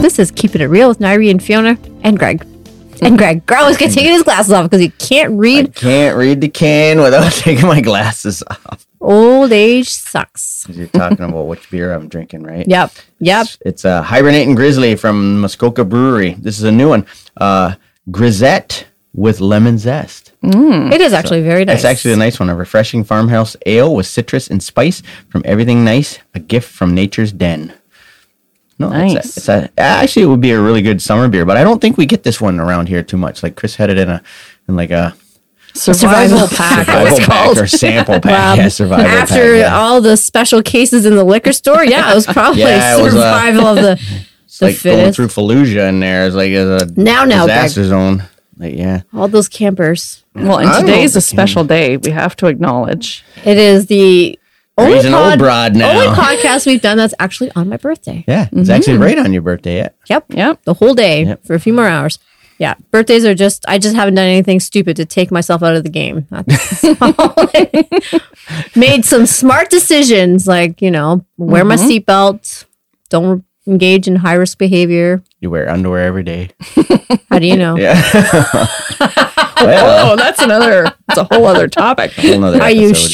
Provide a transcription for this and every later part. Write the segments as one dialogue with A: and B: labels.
A: This is Keeping It Real with Nairi and Fiona and Greg. And Greg. Girl was taking his glasses off because he can't
B: I
A: read.
B: can't read the can without taking my glasses off.
A: Old age sucks.
B: 'Cause You're talking about which beer I'm drinking, right?
A: Yep. Yep.
B: It's a hibernating grizzly from Muskoka Brewery. This is a new one. Uh, grisette with lemon zest.
A: It is actually very nice.
B: It's actually a nice one. A refreshing farmhouse ale with citrus and spice from everything nice. A gift from nature's den. No,
C: Nice.
B: it's, a, it's a, actually it would be a really good summer beer, but I don't think we get this one around here too much. Like Chris had it in a in like a
C: Survival,
A: survival pack.
B: survival
A: It's
B: pack
A: called.
B: or sample pack.
A: Um,
B: yeah, survival
A: after
B: pack. Yeah.
A: all the special cases in the liquor store, yeah, it was probably
B: Yeah, it was, uh,
A: survival of the,
B: it's
A: the
B: like going
A: fittest.
B: through Fallujah in there is like a
A: Now, now,
B: disaster zone. Like yeah,
A: all those campers.
C: Well,
B: I
C: and today's
B: don't
C: a special day. We have to acknowledge.
A: It is the only,
B: he's an old
A: pod-
B: broad now.
A: only Mm-hmm. podcast we've done that's actually on my birthday.
B: yeah, it's actually right on your birthday. Yeah,
A: Yep.
C: Yep.
A: The whole day for a few more hours. Yeah. Birthdays are just, I just haven't done anything stupid to take myself out of the game. That's all it- Made some smart decisions like, you know, wear my seatbelt, don't engage in high risk behavior.
B: you wear underwear every day.
A: How do you know?
B: Yeah,
C: Oh, that's another. That's a whole other topic.
B: Whole nother
A: Are you
B: episode.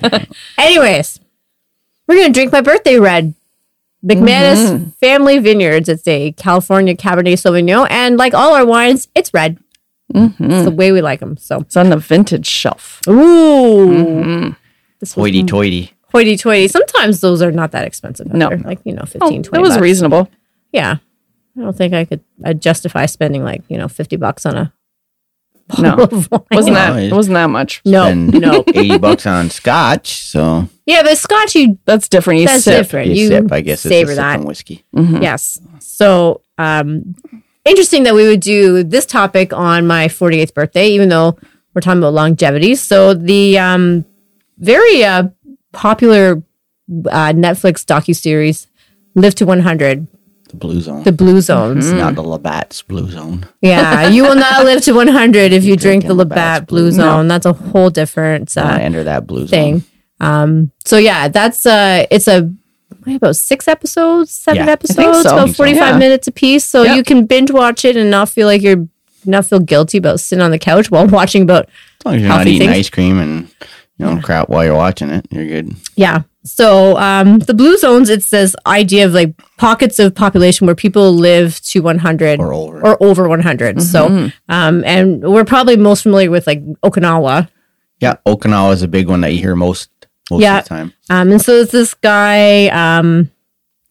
A: sure? Anyways, we're going to drink my birthday red. McManus Family Vineyards. It's a California Cabernet Sauvignon. And like all our wines, it's red. It's the way we like them. So,
C: It's on the vintage shelf.
A: ooh.
C: Mm-hmm.
A: Oh, This was
B: Hoity-toity.
A: hoity toity. Sometimes those are not that expensive.
C: No.
A: either. Like, you know, 15,
C: Oh,
A: 20
C: that was
A: bucks.
C: reasonable.
A: Yeah. I don't think I could I'd justify spending like, you know, 50 bucks on a.
C: No, wasn't
B: Wow.
C: that? It wasn't that much.
A: No,
B: spend
A: no.
B: 80 bucks on scotch. So
A: Yeah, but Scotch, you
C: That's different. You
A: That's
C: sip.
A: different.
B: you
A: You
B: sip, I guess,
A: savor
B: it's a sip
A: that.
B: on whiskey.
A: Yes. So, um, interesting that we would do this topic on my 48th birthday, even though we're talking about longevity. So, the um, very uh, popular uh, Netflix docuseries, Live to 100,
B: The blue zone.
A: The Mm. Blue Zones.
B: Not the Labatt's blue zone.
A: Yeah, you will not live to 100 if you drink the
B: drinking Labatt's
A: Labatt Blue Zone. That's a whole different
B: I
A: uh,
B: enter that blue
A: thing.
B: zone.
A: Um, so yeah, that's uh it's a what, about six episodes, seven
B: Yeah. I
A: episodes,
C: think so. I
A: about
C: think so.
A: forty five
C: Yeah.
A: minutes a piece. So
C: Yep.
A: you can binge watch it and not feel like you're not feel guilty about sitting on the couch while watching about
B: As long as you're not
A: Healthy
B: eating
A: things.
B: ice cream and you know crap while you're watching it, you're good.
A: Yeah. So um, the blue zones, it's this idea of like pockets of population where people live to 100
B: Or over.
A: or over 100.
C: Mm-hmm.
A: So, um, and we're probably most familiar with like Okinawa.
B: Yeah, Okinawa is a big one that you hear most most
A: Yeah.
B: of the time.
A: Um, and so it's this guy, um,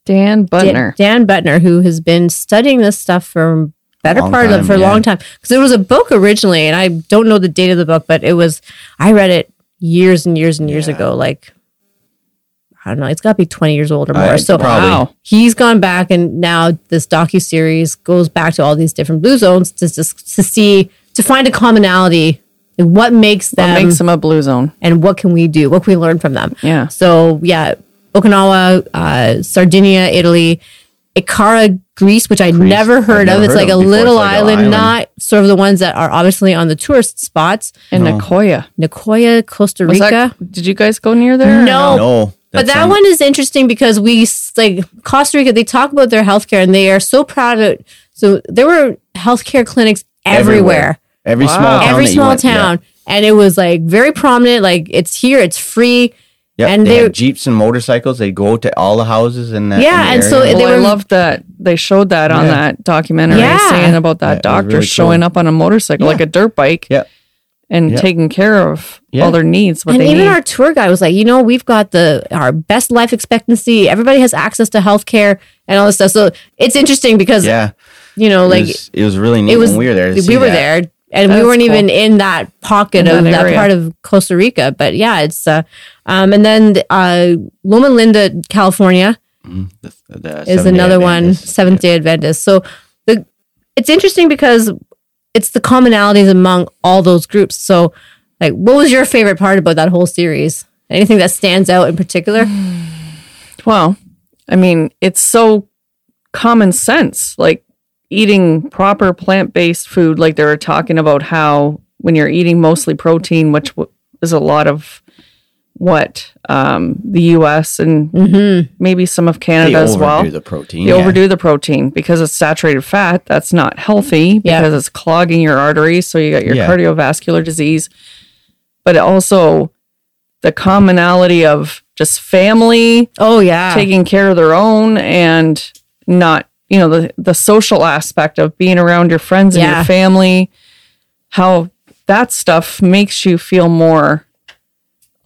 C: Dan
A: Dan,
C: Butner.
A: Dan Butner, who has been studying this stuff for better
B: Long
A: part
B: time,
A: of for a
B: yeah.
A: long time because there was a book originally, and I don't know the date of the book, but it was I read it years and years and years
B: Yeah.
A: ago. Like I don't know, it's got to be twenty years old or more.
B: I-
A: so
B: probably.
C: Wow.
A: he's gone back, and now this docu series goes back to all these different blue zones to just to see to find a commonality. And what makes them
C: That makes him a blue zone.
A: and what can we do? What can we learn from them?
C: Yeah.
A: So yeah, Okinawa, uh, Sardinia, Italy, Ikara, Greece, which I never heard
B: never
A: of. It's like
B: heard of
A: a
B: it before.
A: little
B: It's like a
A: island,
B: island.
A: not sort of the ones that are obviously on the tourist spots.
C: And Nicoya.
A: Nicoya, Costa
C: Was
A: Rica.
C: that, did you guys go near there? or
A: No.
B: No,
A: Oh, but that
B: sounds-
A: one is interesting because we s- like Costa Rica. They talk about their healthcare, and they are so proud of. So there were healthcare clinics everywhere.
B: every small
C: Wow.
B: town,
A: every
B: that you
A: small
B: went- yeah.
A: town. And it was like very prominent. Like it's here, it's free.
B: Yep,
A: and
B: they
A: they-
B: had jeeps and motorcycles. They go to all the houses in that.
A: Yeah,
B: in
A: and
B: the
A: so
B: area.
A: it-
C: Well,
A: They
C: Oh, I
A: were-
C: loved that they showed that on
B: Yeah.
C: that documentary,
A: Yeah.
C: saying about that
B: Yeah, it was
C: doctor
B: really cool.
C: showing up on a motorcycle, like a dirt bike,
B: Yep.
C: and
B: Yep.
C: taking care of
B: Yeah.
C: all their needs, what
A: and
C: they
A: even
C: need.
A: our tour guide was like, you know, we've got the our best life expectancy. Everybody has access to healthcare and all this stuff. So it's interesting because
B: yeah,
A: you know, like
B: it was, it was really neat
A: it was
B: when we were there. to
A: we
B: see
A: were
B: that.
A: there, and we
C: That's
A: weren't even
C: cool.
A: in that pocket
C: In
A: of
C: that
A: that
C: area.
A: part of Costa Rica. But yeah, it's uh, um, and then uh, Loma Linda, California,
B: The- the
A: is
B: Seventh Day
A: another one,
B: Adventist.
A: Seventh Day Adventist. So the it's interesting because it's the commonalities among all those groups. So like, what was your favorite part about that whole series? Anything that stands out in particular?
C: Well, I mean, it's so common sense, like eating proper plant based food. Like they were talking about how when you're eating mostly protein, which w- is a lot of what um, the U.S. and
A: Mm-hmm.
C: maybe some of Canada
B: They
C: as
B: overdo
C: well.
B: the protein.
C: They
B: yeah.
C: overdo the protein because it's saturated fat. That's not healthy
A: Yeah.
C: because it's clogging your arteries. So you got your
B: Yeah.
C: cardiovascular disease. But it also, the commonality of just family
A: Oh yeah.
C: taking care of their own and not, you know, the, the social aspect of being around your friends and
A: Yeah.
C: your family, how that stuff makes you feel more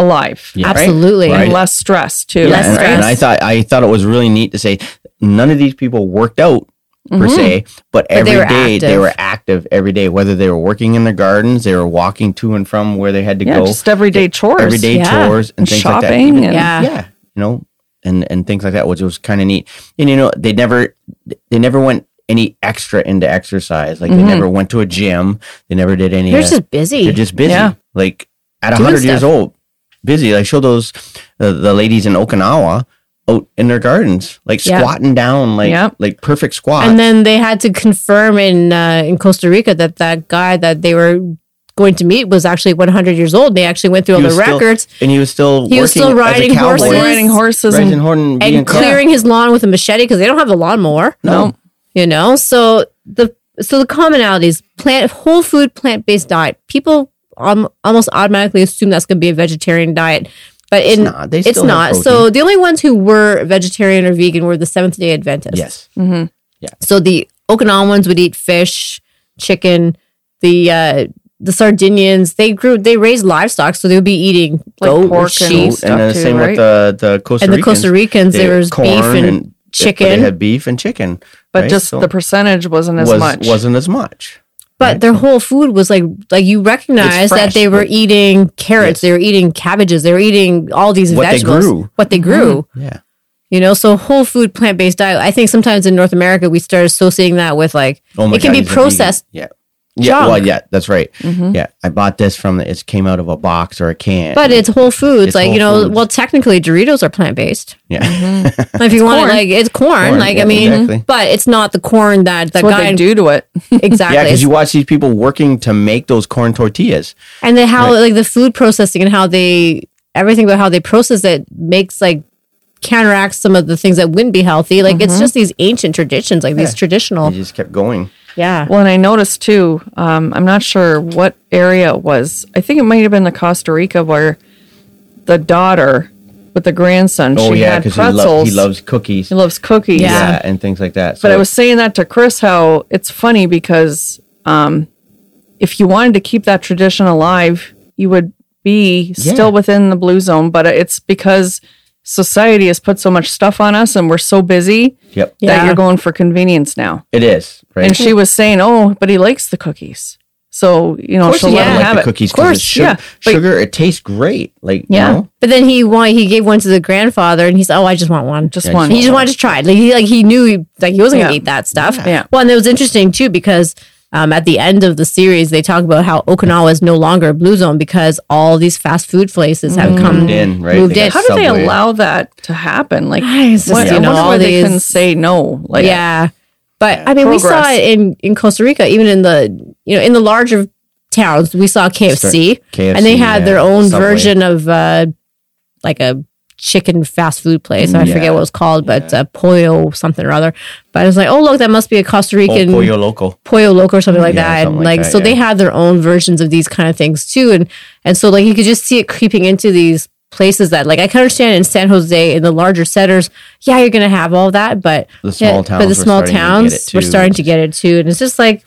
C: alive.
B: Yeah.
C: right?
A: Absolutely.
B: Right.
C: And less stress too.
B: Yeah,
A: Less
B: and,
A: stress.
B: and I thought I thought it was really neat to say none of these people worked out
C: Mm-hmm.
B: per se, but every
A: Mm-hmm. they
B: day
A: were
B: they
A: active.
B: were active every day, whether they were working in their gardens, they were walking to and from where they had to
C: Yeah,
B: go,
C: just everyday chores.
B: everyday
A: Yeah.
B: chores and things like that.
C: shopping
B: Even-
C: and
A: Yeah.
B: yeah, you know, and and things like that, which was kind of neat. And you know, they never they never went any extra into exercise. Like they never went to a gym. They never did any.
A: Mm-hmm. They're
B: uh,
A: just busy.
B: they're just busy.
C: Yeah.
B: Like at
A: Doing
B: 100 years
A: stuff.
B: old, busy. I show those the, the ladies in Okinawa out in their gardens, like
A: Yeah.
B: squatting down, like
C: Yep.
B: like perfect squat.
A: and then they had to confirm in uh, in Costa Rica that that guy that they were going to meet was actually 100 years old. They actually went through all
B: He
A: the
B: was still-
A: records
B: and he was still
A: He
B: working
A: was still riding
B: as a cowboy,
C: like
A: horses.
C: riding horses
B: riding
C: and
B: horn and, being
A: and clearing his lawn with a machete because they don't have a lawnmower.
C: no.
A: you know so the so the commonalities plant whole food plant-based diet people um, almost automatically assume that's going to be a vegetarian diet but in, it's
B: not. They
A: not,
B: still have
A: so the only ones who were vegetarian or vegan were the seventh day adventists
B: Yes,
C: Mm-hmm.
A: so the okinawans would eat fish chicken the uh the Sardinians, they grew, they raised livestock, so they would be eating
C: Like
A: goat or
C: pork and-
A: sheep.
B: and
C: stuff
B: the
C: too,
B: same
C: right?
B: with the the Costa
A: And the
B: Ricans.
A: Costa Ricans,
B: They-
A: there was beef
B: corn
A: and,
B: but They
A: chicken.
B: had beef and chicken,
C: But
B: right?
C: just
B: So
C: the percentage wasn't as
B: was,
C: much.
B: wasn't as much.
A: But their whole food was like like you recognize
B: fresh,
A: that they were
B: like-
A: eating carrots,
B: Yes.
A: they were eating cabbages, they were eating all these
B: What they
A: vegetables.
B: grew. Mm-hmm.
A: What they grew.
B: Yeah,
A: You know, so whole food plant based diet. I think sometimes in North America we start associating that with like
B: Oh my
A: it can
B: God,
A: be
B: he's a vegan.
A: processed.
B: Yeah. Yeah,
A: junk. Mm-hmm.
B: well, yeah, that's right. Yeah, I bought this from it came out of a box or a can.
A: But it's whole foods,
B: It's
A: like you
B: whole
A: know.
B: foods.
A: Well, technically, Doritos are plant based.
B: yeah,
A: If you want,
C: corn.
A: to like it's corn.
B: Corn,
A: like
B: yeah,
A: I mean,
B: exactly.
A: but it's not the corn that that
C: That's what
A: guy
C: they do to it.
A: exactly.
B: yeah, because you watch these people working to make those corn tortillas.
A: and then how like the food processing and how they everything about how they process it makes like counteracts some of the things that wouldn't be healthy like
C: Mm-hmm.
A: it's just these ancient traditions like these traditional
B: They just kept going.
A: yeah
C: Well, and I noticed too, um, I'm not sure what area it was. I think it might have been the Costa Rica where the daughter with the grandson,
B: Oh
C: she
B: yeah,
C: had
B: because he,
C: pretzels.
B: lo- he loves cookies.
C: He loves cookies.
A: Yeah.
B: yeah. and things like that. So
C: But I was saying that to Chris how it's funny because um, if you wanted to keep that tradition alive, you would be
B: Yeah.
C: still within the blue zone. But it's because society has put so much stuff on us and we're so busy
B: yep,
C: that
A: Yeah.
C: you're going for convenience now.
B: it is right.
C: And she was saying, "Oh, but he likes the cookies, so you know
B: Of course,
C: she'll
B: you
C: let
B: gotta
A: yeah.
C: him
B: like
C: have
B: the
C: it."
B: cookies.
A: Of
B: 'cause
A: course,
B: it's sugar,
C: yeah, but-
B: sugar. It tastes great. Like
C: Yeah.
B: you know,
A: but then he want he gave one to the grandfather and he's oh i just want one
C: Just
B: Yeah,
C: one.
A: he just wanted to try it like he like he knew he, like he wasn't gonna
C: Yeah.
A: eat that stuff
C: Yeah.
A: well and it was interesting too because um, at the end of the series they talk about how okinawa is no longer a blue zone because all these fast food places have come
C: Mm.
B: moved in right.
A: Moved
B: They
A: in.
B: got
C: How do they
B: Subway.
C: allow that to happen? Like,
A: Ah, it's just,
C: what,
A: you
C: I
A: know,
C: wonder
A: all
C: why they
A: these-
C: couldn't say no. Like,
A: yeah. But I mean, we saw
C: Progress.
A: it in, in Costa Rica, even in the you know in the larger towns, we saw KFC,
B: KFC,
A: and they had their
B: yeah,
A: own
B: Subway.
A: version of uh, like a chicken fast food place. I
B: Yeah.
A: forget what it was called, but uh, Pollo something or other. But I was like, oh look, that must be a Costa
B: Oh,
A: Rican
B: Pollo Loco.
A: Pollo Loco or something like
B: Yeah,
A: that.
B: something
A: and
B: like
A: like
B: that,
A: so they
B: yeah.
A: had their own versions of these kind of things too. And and so like you could just see it creeping into these places that like I can understand in San Jose in the larger centers, yeah, you're gonna have all that, but
B: The small
A: yeah,
B: towns
A: but
B: were
A: the small
B: starting to get
A: towns
B: it
A: we're
B: too.
A: starting to get it too. And it's just like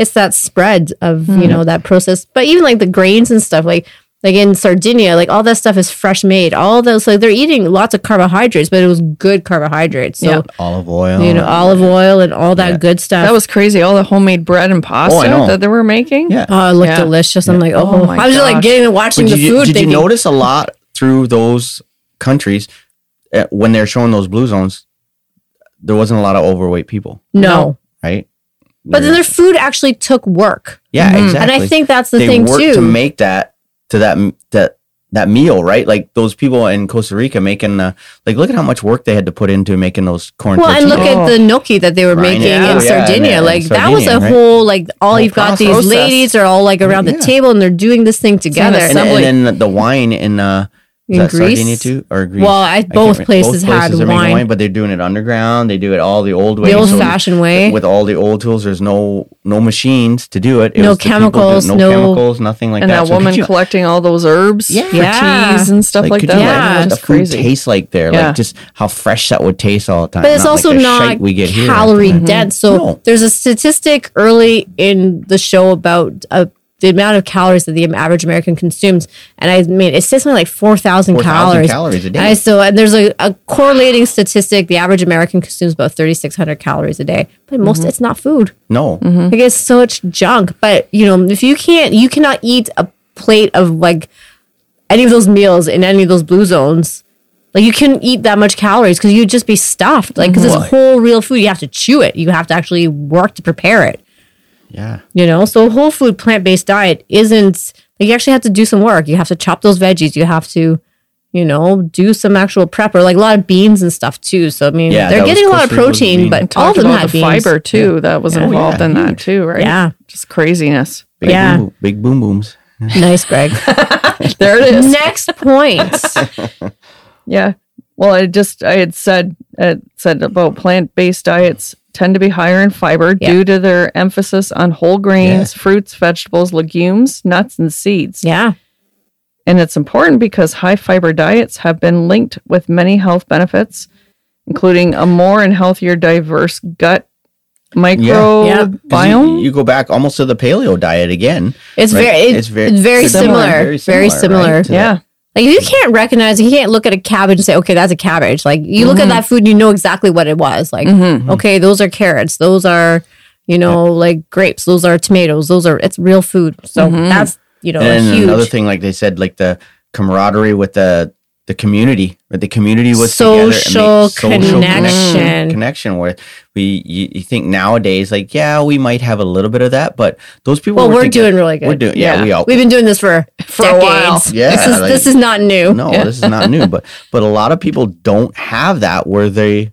A: it's that spread of,
C: Mm-hmm.
A: you know, that process. But even like the grains and stuff, like like in Sardinia, like all that stuff is fresh made. All those like they're eating lots of carbohydrates, but it was good carbohydrates. So
C: Yeah.
B: Olive oil.
A: you know, olive oil and all that good stuff.
C: that was crazy. All the homemade bread and pasta
B: Oh, I know.
C: that they were making.
B: Yeah.
A: Oh, it looked
C: Yeah.
A: delicious. I'm like, oh,
C: Oh my
A: I was just like
C: gosh.
A: getting and watching
B: But
A: the
B: did you,
A: food.
B: did you
A: thinking,
B: notice a lot through those countries uh, when they're showing those blue zones? eh, There wasn't a lot of overweight people,
A: no.
C: No.
B: right?
A: but then their food actually took work,
B: yeah,
A: and
B: exactly.
A: I think that's the
B: they
A: thing
B: worked
A: too.
B: to make that to that m- that that meal, right? Like those people in Costa Rica making uh, like look at how much work they had to put into making those corn.
A: well, and look
B: tortillas.
A: at the gnocchi that they were
B: Oh. Right,
A: making
C: yeah.
A: in
B: Yeah, and-
A: Sardinia.
B: and
A: like that was a
B: Sardinia, right?
A: whole like all
B: Whole
A: you've got these
C: process.
A: ladies are all like around
B: Yeah.
A: the table and they're doing this thing together.
C: Same as
B: and,
C: Assembly.
B: and then the wine in uh Is
A: in
B: that
A: Greece.
B: Sardinia too, or Greece?
A: Well, I,
B: I can't
A: both,
B: remember.
A: places had
B: are making
A: wine,
B: but they're doing it underground. They do it all the old way,
A: the old
B: so
A: fashioned way.
B: with all the old tools. There's no no machines to do it. it
A: No
B: was the people
A: chemicals,
B: doing-
A: no-
B: no, chemicals, nothing like
C: and that,
B: So could
C: woman
B: you-
C: collecting all those herbs
B: Yeah.
C: for
A: Yeah.
C: teas and stuff like,
B: could
C: that.
B: you
A: Yeah.
B: imagine what
C: That's
B: the food
C: crazy.
B: tastes like there?
C: Yeah.
B: Like just how fresh that would taste all the time.
A: but it's also
B: like the
A: not
B: shite we get here. Mm-hmm.
A: calorie dense. So
B: No.
A: there's a statistic early in the show about uh, the amount of calories that the average American consumes, and I mean it says something like four thousand
B: 4,000
A: calories.
B: calories a day.
A: And I so and there's a, a correlating statistic: the average American consumes about thirty six hundred calories a day, but most it's not food.
B: no,
A: Like it's so much junk. But you know, if you can't, you cannot eat a plate of like any of those meals in any of those blue zones. Like you couldn't eat that much calories because you'd just be stuffed. Like because
B: Right.
A: it's whole real food, you have to chew it. You have to actually work to prepare it.
B: yeah,
A: You know, so a whole food plant based diet isn't. Like you actually have to do some work. You have to chop those veggies. You have to, you know, do some actual prep or like a lot of beans and stuff too. So I mean,
B: Yeah, that
A: they're
B: was
A: getting a lot of
B: Costa Rica was
A: protein,
B: bean.
A: but
B: And
A: all of
C: Talked
A: them
C: about
A: had
C: the
A: beans.
C: fiber too that was involved in that
B: huge.
C: too, right?
A: Yeah.
C: Just craziness.
B: big
A: Yeah.
B: boom, big boom booms.
A: Nice, Greg.
C: There it is.
A: Next point.
C: Yeah. Well, I just I had said uh, said about plant based diets tend to be higher in fiber
A: Yeah.
C: due to their emphasis on whole grains, fruits, vegetables, legumes, nuts, and seeds.
A: Yeah.
C: And it's important because high fiber diets have been linked with many health benefits, including a more and healthier, diverse gut
A: Yeah.
B: 'Cause you-
C: microbiome.
B: you go back almost to the paleo diet again.
A: It's
B: Right.
A: very it's,
B: It's very
A: very similar,
C: similar.
A: Very similar.
B: Very similar, right?
C: Yeah.
A: Like you can't recognize you can't look at a cabbage and say, okay, that's a cabbage. Like you
C: Mm-hmm.
A: look at that food and you know exactly what it was. Like, okay, those are carrots, those are, you know, like grapes, those are tomatoes, those are it's real food. So
C: Mm-hmm.
A: that's you know,
B: and
A: Oh, huge.
B: another thing, like they said, like the camaraderie with the the community, but the community was
A: Social
B: together and made social
A: connection.
B: connection, connection where we you, you think nowadays, like yeah, we might have a little bit of that, but those people.
A: well,
B: were
A: we're
B: thinking-
A: doing really good.
B: We're doing. Yeah,
C: Yeah.
B: we all.
A: We've been doing this for, for
C: a while.
A: decades.
B: Yeah,
A: This is
B: like-
A: this is not new.
B: no,
C: Yeah.
B: this is not new, but but a lot of people don't have that where they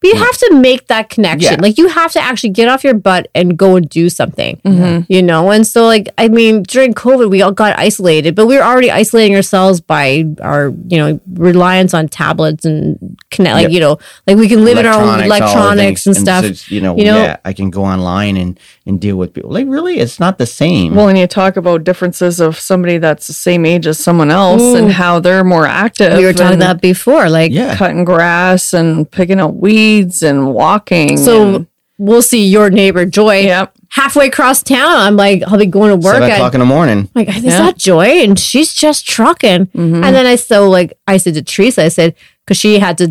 A: But you have to make that connection.
B: Hmm. Yeah.
A: Like you have to actually get off your butt and go and do something.
C: Mm-hmm.
B: Mm-hmm.
A: you know and so like i mean during covid we all got isolated but we were already isolating ourselves by our you know reliance on tablets and connect like
B: Yep.
A: you know like we can live in our own
B: all the
A: electronics
B: things,
A: and stuff
B: so, you know,
A: You know-
B: yeah, I can go online and and deal with people. Like really, it's not the same.
C: Well, and you talk about differences of somebody that's the same age as someone else
A: Ooh.
C: and how they're more active.
A: we were talking
C: and
A: about before like
B: yeah,
C: cutting grass and picking up weeds and walking.
A: so
C: and-
A: we'll see your neighbor joy
C: yep.
A: halfway across town i'm like i'll be going to work
B: seven
A: at
B: o'clock in the morning.
A: like is
C: Yeah.
A: that joy and she's just trucking
C: mm-hmm.
A: and then i so like i said to teresa i said because she had to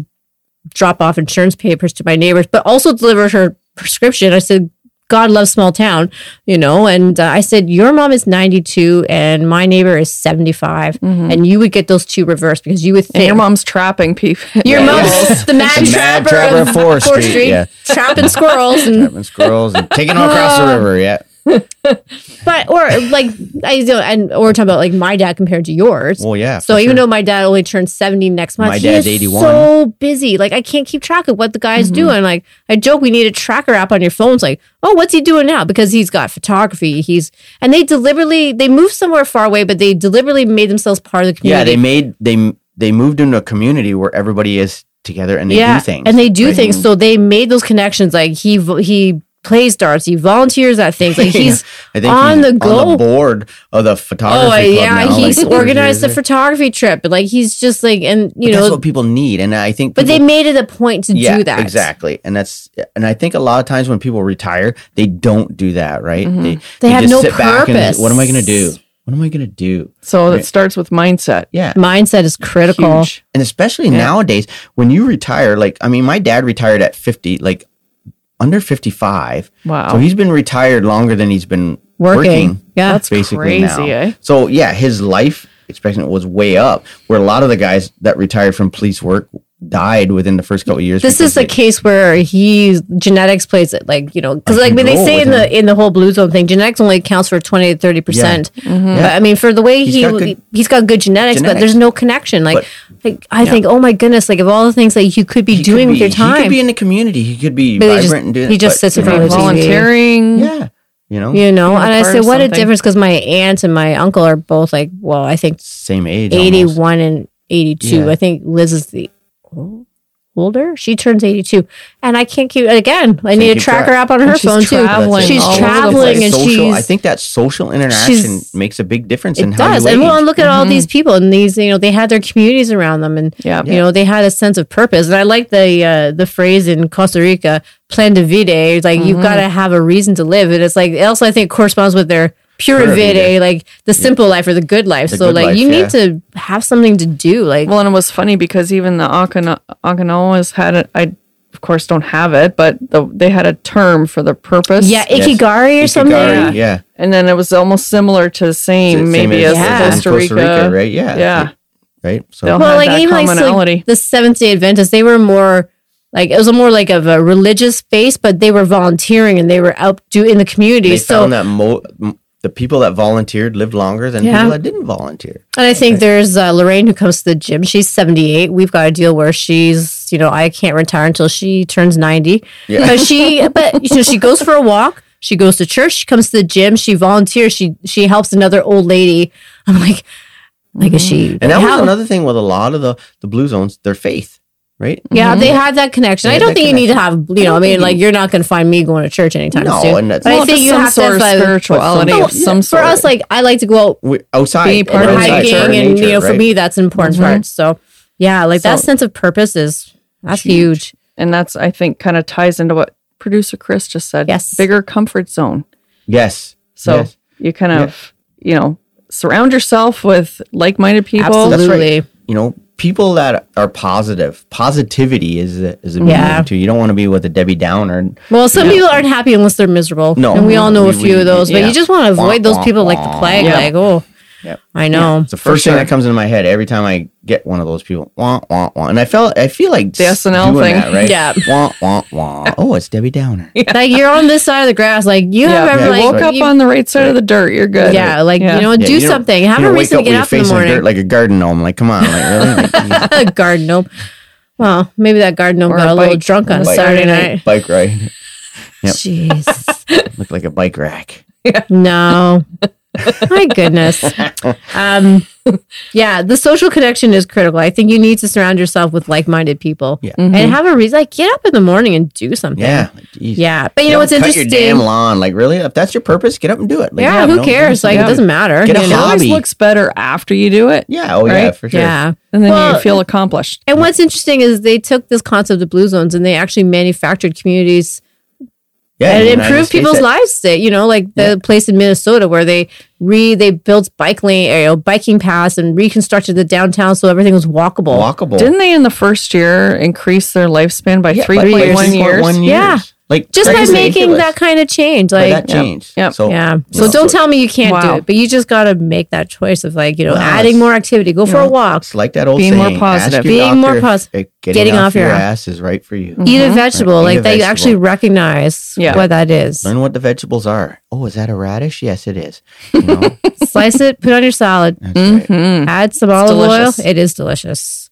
A: drop off insurance papers to my neighbors but also deliver her prescription i said god loves small town you know and uh, i said your mom is 92 and my neighbor is 75 and you would get those two reversed because you would
C: And
A: think
C: your mom's trapping people.
A: your
B: Yeah.
A: mom's the mad
B: The mad
A: trapper,
B: trapper
A: of
B: of Forest
A: Fourth
B: Street,
A: Street,
B: yeah.
A: trapping squirrels and
B: Trapping squirrels and taking them across the river. Yeah,
A: but or like I you know, and or we're talking about like my dad compared to yours.
B: Well, yeah,
A: So
B: for
A: even
B: sure.
A: though my dad only turned seventy next month,
B: My
A: he
B: dad's
A: is
B: 81.
A: So busy, like I can't keep track of what the guy's
B: Mm-hmm.
A: doing. Like I joke, we need a tracker app on your phone. It's like, oh, what's he doing now? Because he's got photography. He's and they deliberately they moved somewhere far away, but they deliberately made themselves part of the
B: yeah.
A: community.
B: They made they they moved into a community where everybody is together and they do things.
A: and they do
B: right?
A: things. So they made those connections. Like he vo- he plays darts, he volunteers at things. Like
B: Yeah.
A: he's
B: I think
A: on
B: he's
A: the globe.
B: board of the photography.
A: Oh
B: club
A: yeah,
B: now,
A: he's
B: like,
A: organized the
B: organizer.
A: photography trip. Like he's just like, and you
B: But
A: know,
B: that's what people need, and I think.
A: but
B: people-
A: they made it a point to do that.
B: exactly, and that's and I think a lot of times when people retire, they don't do that, right? They, they,
A: Mm-hmm. have no
B: and
A: purpose.
B: what am I going to do? What am I going to do?
C: So it
B: Right.
C: starts with mindset.
B: Yeah,
A: Mindset is critical.
C: Huge.
B: and especially
C: Yeah.
B: nowadays when you retire, like I mean, my dad retired at fifty, like under fifty five.
C: Wow.
B: So he's been retired longer than he's been
A: Working. Yeah.
C: That's
B: basically now.
C: crazy, eh?
B: So yeah, his life expectancy was way up. Where a lot of the guys that retired from police work died within the first couple of years.
A: This
B: because
A: is a
B: they-
A: case where he genetics plays it like you know because like when they
B: control
A: say in
B: with
A: the in the whole blue zone thing, genetics only accounts for twenty to thirty percent. But
B: Yeah.
A: I mean, for the way
B: Mm-hmm. He's
A: he
B: got good-
A: he's got good genetics, but
B: Genetics.
A: there's no connection. Like, like I think, oh my goodness, like of all the things that you could be
B: he could
A: doing with
B: be-
A: your time,
B: He could be in the community. He could be
A: But he
B: vibrant
A: just-
B: and doing.
A: he just
B: but,
A: sits
B: you
A: in front
B: know,
A: of a TV.
C: Volunteering.
B: Yeah, you know,
A: you know.
C: being a
A: And I
C: part
A: said,
C: of
A: what a
C: something.
A: difference because my aunt and my uncle are both like, well, I think
B: same age. almost.
A: 81 and 82.
B: Yeah.
A: I think Liz is the o- older. She turns 82. And I can't keep, again, I need a
B: keep
A: tracker
B: track.
A: app on her
C: And she's
A: phone
C: traveling
A: too. She's
C: all over the
A: traveling
C: place.
A: and
B: social,
A: she's.
B: I think that social interaction
A: she's-
B: makes a big difference in
A: it
B: how
A: does.
B: you
A: And
B: age.
A: well, and look at all
C: Mhm.
A: these people and these, you know, they had their communities around them and,
C: Yeah.
A: you know, they had a sense of purpose. And I like the uh, the phrase in Costa Rica, plan de vida. It's like you've
C: Mhm.
A: got to have a reason to live. And it's like, it also, I think corresponds with their pura
B: Pura
A: vida,
B: vida.
A: like the simple life or the good life.
B: The
A: so,
B: good
A: like,
B: life,
A: you
B: yeah.
A: need to have something to do. Like,
C: Well, and it was funny because even the Okina- Okinawas had it. I, of course, don't have it, but the, they had a term for the purpose.
A: yeah,
B: Yes.
A: ikigari or something.
B: Ikigari, yeah.
C: And then it was almost similar to the same,
B: Same
C: maybe as
A: as
C: the
A: Yeah.
B: in
C: Costa Rica.
B: right? Yeah.
C: Yeah.
B: Right. So
C: They'll
A: well,
C: had
A: like
C: that
A: even like, so, like,
C: commonality.
A: the Seventh Day Adventists, they were more like it was more like of a religious base, but they were volunteering and they were out do in the community.
B: they
A: so,
B: found that mo- m- the people that volunteered lived longer than
C: Yeah.
B: people that didn't volunteer.
A: and I think there's uh, Lorraine who comes to the gym. She's 78. We've got a deal where she's you know I can't retire until she turns 90.
B: Yeah.
A: But she, but you know, she goes for a walk. She goes to church. She comes to the gym. She volunteers. She she helps another old lady. I'm like, like is she?
B: And that was
A: how-
B: another thing with a lot of the, the blue zones, their faith, right?
A: Yeah, they had that connection. I
B: They had
A: don't
B: that
A: think you need to have, you know, I
B: don't
A: mean,
B: think
A: like
B: you-
A: you're not going to find me going to church anytime
B: No,
A: soon.
B: and that's-
A: but I
B: Well,
A: think
C: just
A: you
C: some
A: have
C: sort
A: to
C: of
A: have a-
C: spirituality
B: No,
C: of some
A: for
C: sort.
A: us. Like I like to go out
B: We, outside,
C: Being part
A: and
C: of
B: outside,
A: hiking,
B: part of
A: and
B: nature,
A: you know, for
B: right?
A: me, that's an important part. So, yeah, like that
C: So-
A: sense of purpose is that's huge.
C: and that's, I think, kind of ties into what producer Chris just said.
A: Yes.
C: Bigger comfort zone.
B: yes,
C: So
B: Yes.
C: you kind of, you know, surround yourself with like minded people.
A: Absolutely.
B: That's right. You know, people that are positive, positivity is a, is a big
A: Yeah.
B: thing too. You don't want to be with a Debbie Downer.
A: Well, some people aren't happy unless they're miserable.
B: No.
A: and we all know a
B: We-
A: few
B: we-
A: of those. But
B: yeah.
A: you just want to avoid those
B: wah,
A: people like the plague.
C: wah.
A: Like, oh,
B: Yep.
A: I know.
B: It's the first thing that comes into my head every time I get one of those people. Wah, wah, wah. And I felt I feel like
C: The SNL
B: doing
C: thing.
B: that, right?
A: Yeah.
B: Wah, wah, wah. Oh, it's Debbie Downer.
A: Like you're on this side of the grass. Like you have
C: Yeah. You
A: ever
B: Yeah.
A: like
C: woke up
A: you-
C: on the right side of the dirt. You're good.
A: yeah, like
C: Yeah.
A: you know,
B: Yeah,
A: do
B: you don't-
A: something. Have
B: you
A: a
B: don't
A: reason to
B: with
A: get
B: your
A: up in the
B: face
A: morning.
B: dirt like a garden gnome. Like, come on, like, really? Like,
A: a garden gnome. Well, maybe that garden gnome
C: Or
A: got
C: a
A: a little
C: bike.
A: drunk on
C: A
A: a
B: bike.
A: Saturday night.
B: bike ride. Yep.
A: Jeez.
B: Look like a bike rack.
A: No. My goodness. Um, yeah, the social connection is critical. I think you need to surround yourself with like minded people
B: Yeah. Mm-hmm.
C: Mhm.
A: and have a reason. Like, get up in the morning and do something.
B: Mm. Yeah. Like, geez.
A: Yeah. But you know
B: Yeah,
A: what's
B: cut
A: interesting?
B: your damn lawn. Like, really? If that's your purpose, get up and do it. Like,
A: yeah,
B: no,
A: who
B: no,
A: cares?
B: no,
A: Like,
B: no.
A: it doesn't matter.
B: Get a
A: you
C: It
A: know?
C: always
B: Hobby.
C: looks better after you do it.
B: Yeah. Oh, yeah,
C: Right?
B: for sure.
A: Yeah.
C: And then
A: Well,
C: you feel accomplished.
A: And what's interesting is they took this concept of blue zones and they actually manufactured communities
B: Yeah. in
A: and
B: the
A: it
B: United
A: improved
B: States,
A: people's
B: that-
A: lives. That you know, like the place in Minnesota where they re they built bike lane, you know, biking paths, and reconstructed the downtown so everything was walkable.
B: Walkable.
C: Didn't they in the first year increase their lifespan by
B: Yeah,
C: three
B: but-
C: point one
B: but
C: years?
B: 3.1 years.
A: Yeah.
B: Like,
A: just by
B: crazy.
A: making
B: Ridiculous.
A: that kind of change,
B: But
A: like
B: that changed.
C: Yep.
B: So,
A: yeah.
B: you
A: So
B: know,
A: don't tell me you can't
C: Wow.
A: do it, but you just got to make that choice of like you know
B: Well,
A: adding
B: it's-
A: more activity, go for a walk,
B: It's like that old
C: Being more
B: saying,
C: positive.
B: ask your
A: Being more
B: doctor if-
A: posi-
B: if Getting, off, your ass is Mm-hmm. right for you.
A: eat a
C: Mhm.
A: vegetable.
B: Right, eat
A: Like
B: a
A: they
B: vegetable.
A: actually recognize
C: Yeah.
A: what that is.
B: Learn what the vegetables are. Oh, is that a radish? Yes, it is. You know,
A: Slice it, put it on your salad,
B: that's right.
C: Mhm.
A: add some olive oil.
C: delicious.
A: It is delicious.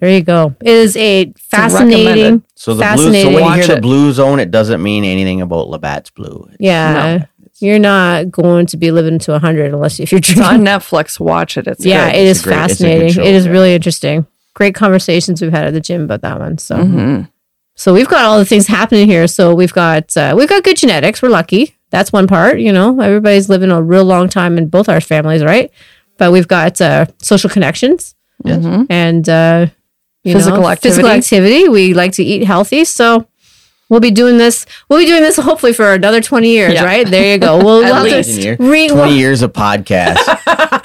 A: There you go. It is a
C: recommended.
A: fascinating.
B: So the blue. So when you
C: Watch
B: hear the
C: it.
B: blue zone, it doesn't mean anything about Labatt's blue.
A: Yeah. You're not going to be living to 100 unless if you're
C: It's on
A: drinking.
C: Netflix. Watch it. It's
A: yeah,
C: good.
A: it
B: It's
A: is
B: a great- it's a good
A: fascinating.
B: show,
A: it is
B: yeah.
A: really interesting. Great conversations we've had at the gym about that one. So,
B: Mm-hmm.
C: Mhm.
A: so we've got all the things happening here. So we've got uh, we've got good genetics. We're lucky. That's one part. You know, everybody's living a real long time in both our families, right? But we've got uh, social connections
B: Yes.
C: Mhm.
A: and uh, you
C: Physical activity.
A: Physical activity. We like to eat healthy, so we'll be doing this. We'll be doing this hopefully for another twenty years,
C: Yeah.
A: right? There you go. We'll
C: At
A: we'll have
B: Imagine
A: to
B: here,
A: re-
B: Twenty years of podcast.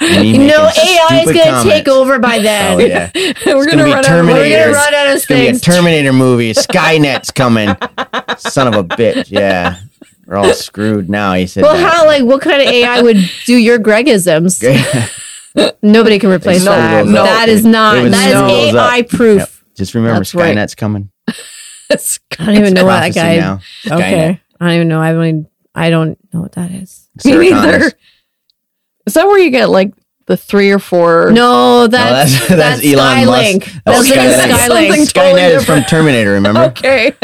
A: you know, AI is going to take over by then.
B: Oh yeah, gonna
C: We're gonna
B: be
C: run
A: We're
B: Terminator.
C: out
A: going to
B: Years.
A: run out of
B: it's going to be a
A: things.
B: Terminator movie. Skynet's coming. Son of a bitch. Yeah, we're all screwed now. He said.
A: well,
B: that.
A: how like what kind of AI would do your Gregisms? Nobody can replace
B: They
A: that.
B: screwed those up.
A: That is
B: They
A: not.
B: would
A: That is
B: screw those up.
A: AI proof.
B: Yep. Just remember,
C: That's right.
B: Skynet's coming.
C: of
A: I don't even know what that
B: Prophecy
A: guy.
B: now. Skynet.
A: Okay, I don't even know. I really, I don't know what that is.
C: Me
B: Sarah Connors.
C: neither. Is that where you get like the three or four?
A: No, that's
B: that's-
A: that's,
B: that's Elon Musk.
A: Skylink.
B: That's
A: That's, like a
B: Oh, Skynet.
A: Skylink.
C: Something-
B: Skynet
C: Totally
B: is from Terminator. Remember?
C: Okay.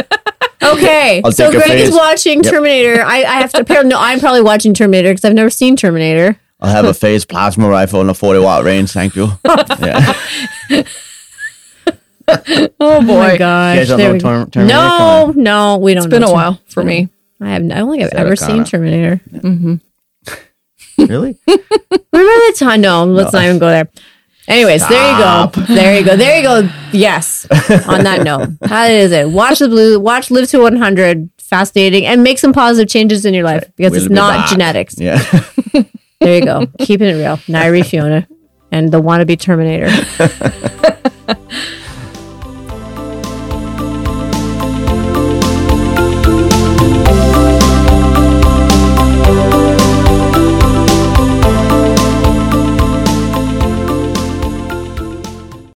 A: Okay,
B: I'll
A: so
B: take a
A: Greg is
B: phase.
A: watching
B: Yep.
A: Terminator. I, I have to apparently no, I'm probably watching Terminator because I've never seen Terminator.
B: I'll have a phased plasma rifle and a 40 watt range. Thank you. yeah.
C: Oh
A: Oh my
C: boy.
A: gosh.
B: You guys don't
A: there
B: know
A: we go.
B: Term- Terminator?
A: no,
B: Come
A: no, we don't.
C: it's been
A: know
C: a
A: Term-
C: while for me.
A: I have. I don't think I've
B: Sarah
A: ever
B: Connor.
A: seen Terminator.
B: on. Really?
A: Remember the time? No, let's not even go there. Anyways, there you go. There you go. There you go. Yes. On that note, how is it? Watch the blue. Watch Live to 100. Fascinating, and make some positive changes in your life because
B: We'll
A: it's
B: be
A: not
B: back.
A: genetics.
B: Yeah.
A: There you go. Keeping it real. Nairi Fiona and the wannabe Terminator.